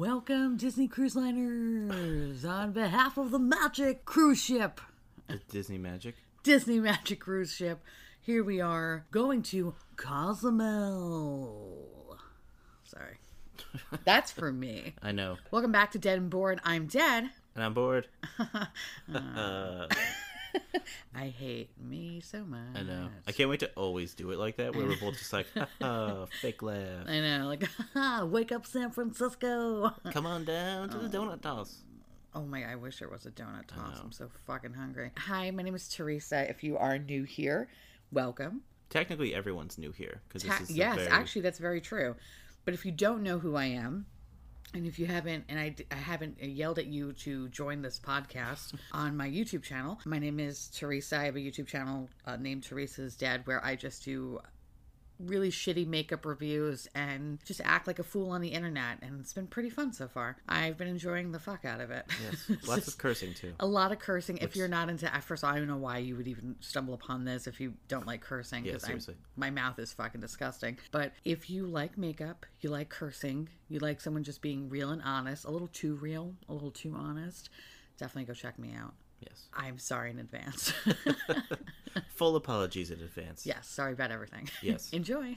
Welcome, Disney Cruise Liners, on behalf of the Magic Cruise Ship, The Disney magic. Disney Magic Cruise Ship. Here we are going to Cozumel. Sorry, that's for me. I know. Welcome back to Dead and Bored. I'm dead. And I'm bored. I hate me so much. I know. I can't wait to always do it like that, where we're both just like, "Haha, fake laugh. I know. Like, wake up, San Francisco. Come on down to the donut toss. Oh my, I wish there was a donut toss. I'm so fucking hungry. Hi, my name is Teresa. If you are new here, welcome. Technically, everyone's new here because Ta- this is a yes, very- actually, that's very true. But if you don't know who I am, and if you haven't, and I, d- I haven't yelled at you to join this podcast on my YouTube channel, my name is Teresa. I have a YouTube channel uh, named Teresa's Dad where I just do really shitty makeup reviews and just act like a fool on the internet. And it's been pretty fun so far. I've been enjoying the fuck out of it. yes, lots of cursing too. A lot of cursing. If you're not into, I- first of all, I don't know why you would even stumble upon this if you don't like cursing. Yeah, 'cause I'm- seriously. my mouth is fucking disgusting. But if you like makeup, you like cursing, you like someone just being real and honest, a little too real, a little too honest, definitely go check me out. Yes, I'm sorry in advance. full apologies in advance. yes, sorry about everything. Yes. Enjoy.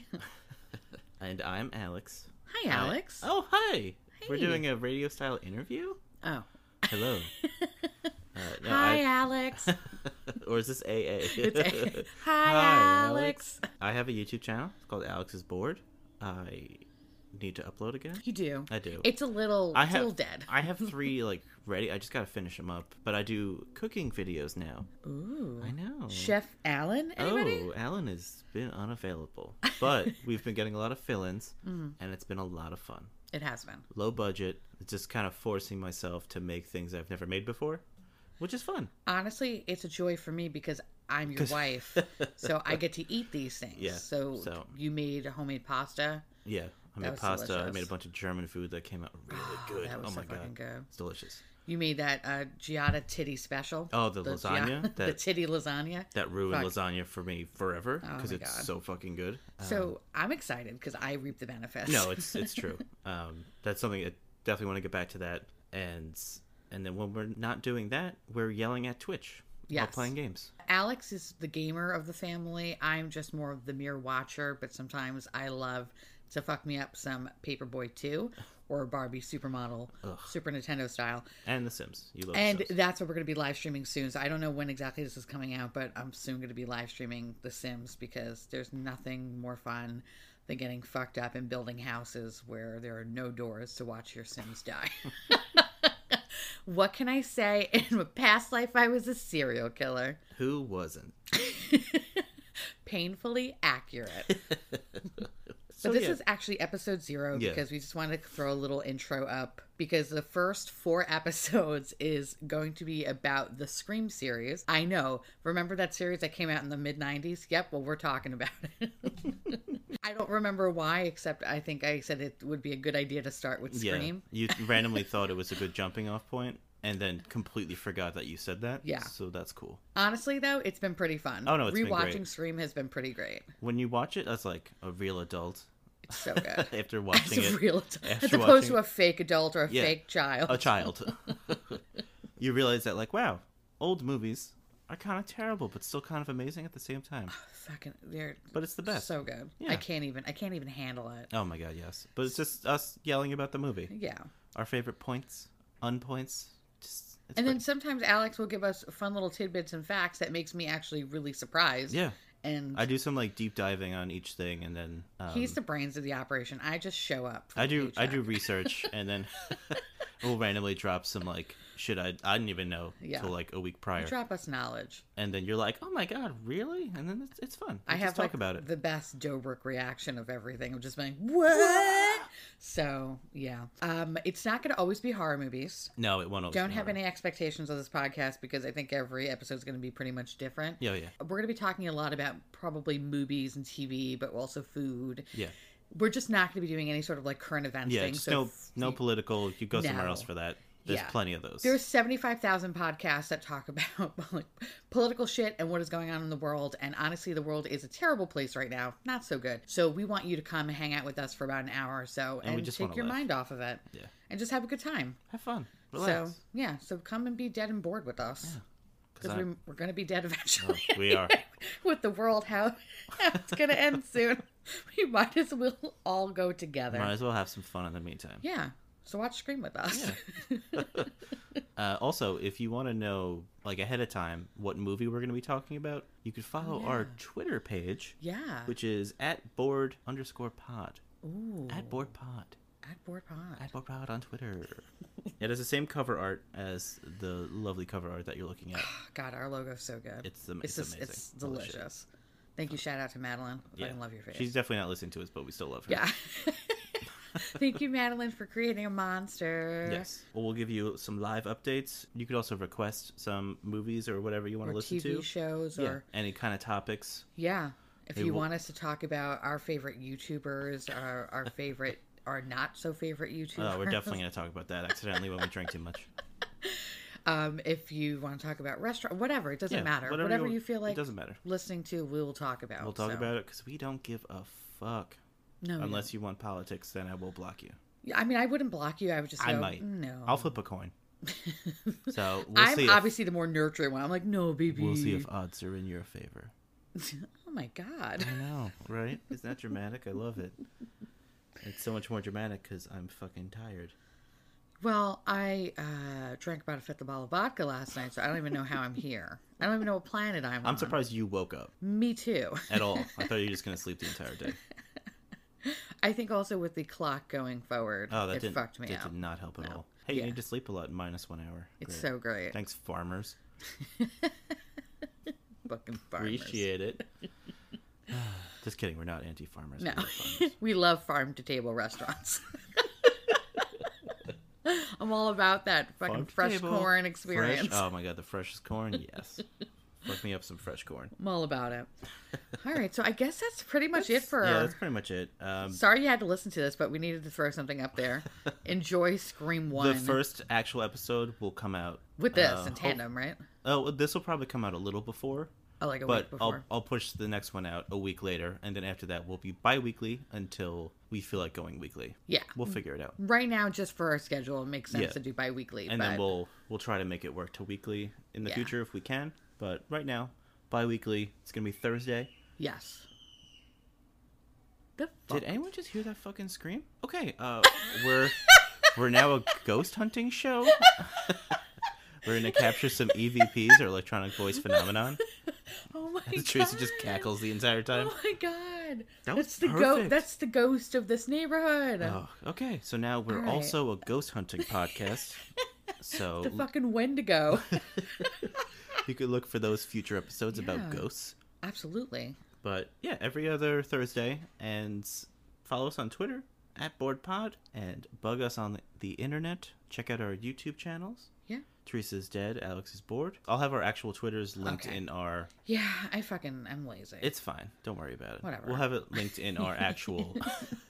And I'm Alex. Hi, Alex. oh. Oh, hi. We're Hey. doing a radio style interview. Hello. Uh, no, Oh. Hi, I- Alex. or is this AA? Hi, Alex. I have a YouTube channel. It's called Alex is Bored. I need to upload again. You do. I do. It's a little, I it's a have little dead. I have three like ready. I just gotta finish them up. But I do cooking videos now. Ooh. I know. Chef Alan? Anybody? Oh, Alan has been unavailable, but we've been getting a lot of fill-ins, Mm. and it's been a lot of fun. It has been. Low budget, just kind of forcing myself to make things I've never made before, which is fun. honestly, it's a joy for me because I'm your wife, so I get to eat these things. Yeah, so, so- you made homemade pasta. Yeah, I made was pasta. I delicious. Ah, made a bunch of German food that came out really good. that was oh so my fucking god, good. it's delicious. You made that uh, Giada titty special. Oh, the Gia- lasagna the that- titty lasagna. That ruined Fuck. Oh lasagna for me forever because my it's God. so fucking good. Uh, so I'm excited because I reap the benefits. no, it's it's true. Um, that's something I definitely want to get back to that. And and then when we're not doing that, we're yelling at Twitch while Yes. playing games. Alex is the gamer of the family. I'm just more of the mere watcher, but sometimes I love to fuck me up some Paperboy 2 or Barbie Supermodel, Super Nintendo style. And The Sims. You love And The Sims. that's what we're going to be live streaming soon. So I don't know when exactly this is coming out, but I'm soon going to be live streaming The Sims because there's nothing more fun than getting fucked up and building houses where there are no doors to watch your Sims die. what can I say? In my past life, I was a serial killer. Who wasn't? Painfully accurate. So But this yeah, is actually episode zero Yeah. because we just wanted to throw a little intro up because the first four episodes is going to be about the Scream series. I know. Remember that series that came out in the mid 90s? Yep, well, we're talking about it. I don't remember why, except I think I said it would be a good idea to start with yeah, Scream. you randomly thought it was a good jumping off point and then completely forgot that you said that. Yeah. So that's cool. Honestly, though, it's been pretty fun. Oh, no, it's been Rewatching great. Scream has been pretty great. When you watch it as like a real adult It's so good. after As watching a it real adult, after as opposed to watching- a fake adult or a Yeah. fake child. a child. you realize that, like, wow, old movies are kind of terrible, but still kind of amazing at the same time. Fucking, they're But it's the best. so good. I Yeah. can't even. I can't even handle it. oh my god, yes. But it's just us yelling about the movie. Yeah. Our favorite points, unpoints. Just, it's And then great. sometimes Alex will give us fun little tidbits and facts that makes me actually really surprised. yeah, And I do some like deep diving on each thing, and then um, he's the brains of the operation. I just show up. for I the do I paycheck. do research, and then we'll randomly drop some like shit I I didn't even know Yeah. till like a week prior, drop us knowledge. and then you're like, oh my god, really? And then it's, it's fun. I We'll have just talk like, about it. the best Dobrik reaction of everything. I'm just like, what? so yeah, um, it's not going to always be horror movies. No, it won't. always Don't be have horror. any expectations of this podcast because I think every episode is going to be pretty much different. Yeah, yeah, We're going to be talking a lot about probably movies and TV, but also food. yeah. We're just not going to be doing any sort of like current events Yeah, thing. just so no no political. You go somewhere else No. for that. There's Yeah. plenty of those. There's 75,000 podcasts that talk about like political shit and what is going on in the world. And honestly, the world is a terrible place right now. Not so good. So we want you to come and hang out with us for about an hour or so And and, we just take wanna your laugh. mind off of it Yeah. and just have a good time. Have fun. Relax. So, yeah. So come and be dead and bored with us. 'Cause Because I- we're, we're going to be dead eventually. we are. with the world, how, how it's going to end soon. We might as well all go together. Might as well have some fun in the meantime. Yeah. So watch Scream with us. Uh, also, if you want to know like ahead of time what movie we're going to be talking about, you could follow our Twitter page, Oh, yeah. which is at board underscore pod. Ooh. At board pod. At Board Pond. At board pod on Twitter. it has the same cover art as the lovely cover art that you're looking at. God, our logo's so good. It's, am- It's it's, just, amazing. it's Holy shit. delicious. Thank you. Shout out to Madeline. I Yeah. fucking love your face. She's definitely not listening to us, but we still love her. yeah. Thank you, Madeline, for creating a monster. Yes. Well, we'll give you some live updates. You could also request some movies or whatever you want Or to listen TV to. shows, Yeah. or Any kind of topics. yeah. If They you will- want us to talk about our favorite YouTubers, our our favorite, our not so favorite YouTubers, Oh, we're definitely going to talk about that accidentally when we drink too much. Um, if you want to talk about restaurant, whatever, it doesn't Yeah, matter. Whatever, you, feel like It doesn't matter. listening to, we will talk about. We'll talk so. Oh, about it because we don't give a fuck. no. we Unless you want politics, then I will block you. don't. I mean, I wouldn't block you. I would just. I go, might. No. I'll flip a coin. So we'll Oh. I'm see. If, obviously the more nurturing one. I'm like, no, baby. we'll see if odds are in your favor. oh my god. I know, right? Isn't that dramatic? I love it. It's so much more dramatic because I'm fucking tired. Well, I uh, drank about a fifth of bottle of vodka last night, so I don't even know how I'm here. I don't even know what planet I'm on. I'm surprised you woke up Me too. at all. I thought you were just gonna sleep the entire day. I think also with the clock going forward, Oh, that it didn't. fucked me that up. did not help at all. Hey, Yeah. you need to sleep a lot. Minus one hour. It's Great. so great. Thanks, farmers. Fucking farmers. Appreciate it. just kidding. We're not anti-farmers. No, We love farmers. we love farm to table restaurants. I'm all about that fucking Farm to fresh table. corn Fresh- experience. oh my god, the freshest corn. Yes. Fuck me up some fresh corn. I'm all about it. All right, so I guess that's pretty much it for Yeah, that's pretty much it. Um, Sorry you had to listen to this, but we needed to throw something up there. Enjoy Scream One the first actual episode will come out with this uh, in hope- tandem, right? Oh, well, this will probably come out a little before, Oh, like a but week before. I'll I'll push the next one out a week later, and then after that we'll be bi-weekly until we feel like going weekly. Yeah. We'll figure it out, Right now, just for our schedule, it makes sense Yeah. to do bi-weekly. and but then we'll we'll try to make it work to weekly in the Yeah. future if we can. But right now, bi-weekly. It's gonna be Thursday. yes. The fuck? Did anyone just hear that fucking scream? Okay, uh, we're we're now a ghost hunting show. we're gonna capture some EVPs or electronic voice phenomenon. oh my god! Tracy just cackles the entire time. Oh my god! that's That was the perfect. ghost. That's the ghost of this neighborhood. Oh, okay. So now we're Alright. also a ghost hunting podcast. So The fucking Wendigo. you could look for those future episodes about Yeah. ghosts. Absolutely. But yeah, every other Thursday, and follow us on Twitter at BoardPod and bug us on the internet. Check out our YouTube channels. Yeah. Teresa's dead. Alex is bored. I'll have our actual Twitters linked Okay. in our. Yeah, I fucking I'm lazy. It's fine. Don't worry about it. Whatever. We'll have it linked in our actual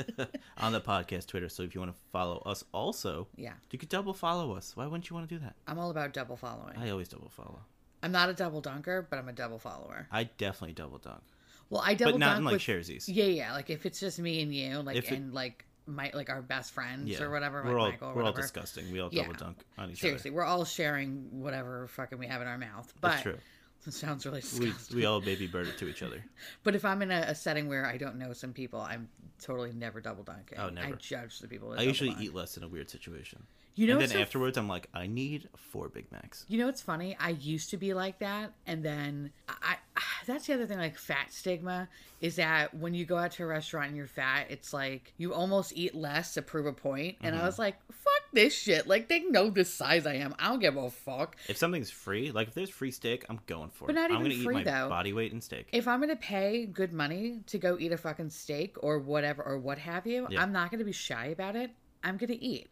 on the podcast Twitter. So if you want to follow us, also yeah, you could double follow us. Why wouldn't you want to do that? I'm all about double following. I always double follow. I'm not a double dunker, but I'm a double follower. I definitely double dunk, Well, I double but not dunk in like with sharesies. Yeah, yeah. Like if it's just me and you, like If it- and like my like our best friends Yeah. or whatever, like We're all Michael or we're all whatever. disgusting. We all Yeah. double dunk on each Seriously, we're all sharing whatever fucking we have in our mouth. But other. That's true. it sounds really We disgusting. we all baby bird it to each other. But if I'm in a, a setting where I don't know some people, I'm totally never double dunking. Oh, I never. judge the people. that I double usually dunk. eat less in a weird situation. You know, and what's then so- afterwards, I'm like, I need four Big Macs. You know what's funny? I used to be like that, and then I, I that's the other thing like fat stigma is that when you go out to a restaurant and you're fat, it's like you almost eat less to prove a point. And Mm-hmm. I was like, fuck this shit. Like they know this size I am. I don't give a fuck. If something's free, like if there's free steak, I'm going for But it. not I'm even gonna free, eat my though. body weight in steak. If I'm gonna pay good money to go eat a fucking steak or whatever or what have you, Yeah. I'm not gonna be shy about it. I'm gonna eat.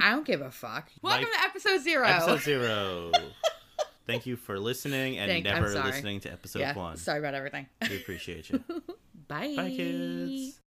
I don't give a fuck. Like- Welcome to episode zero. Episode zero. Thank you for listening and Thank- I'm never sorry. listening to episode yeah, one. sorry about everything. We appreciate you. Bye. Bye, kids.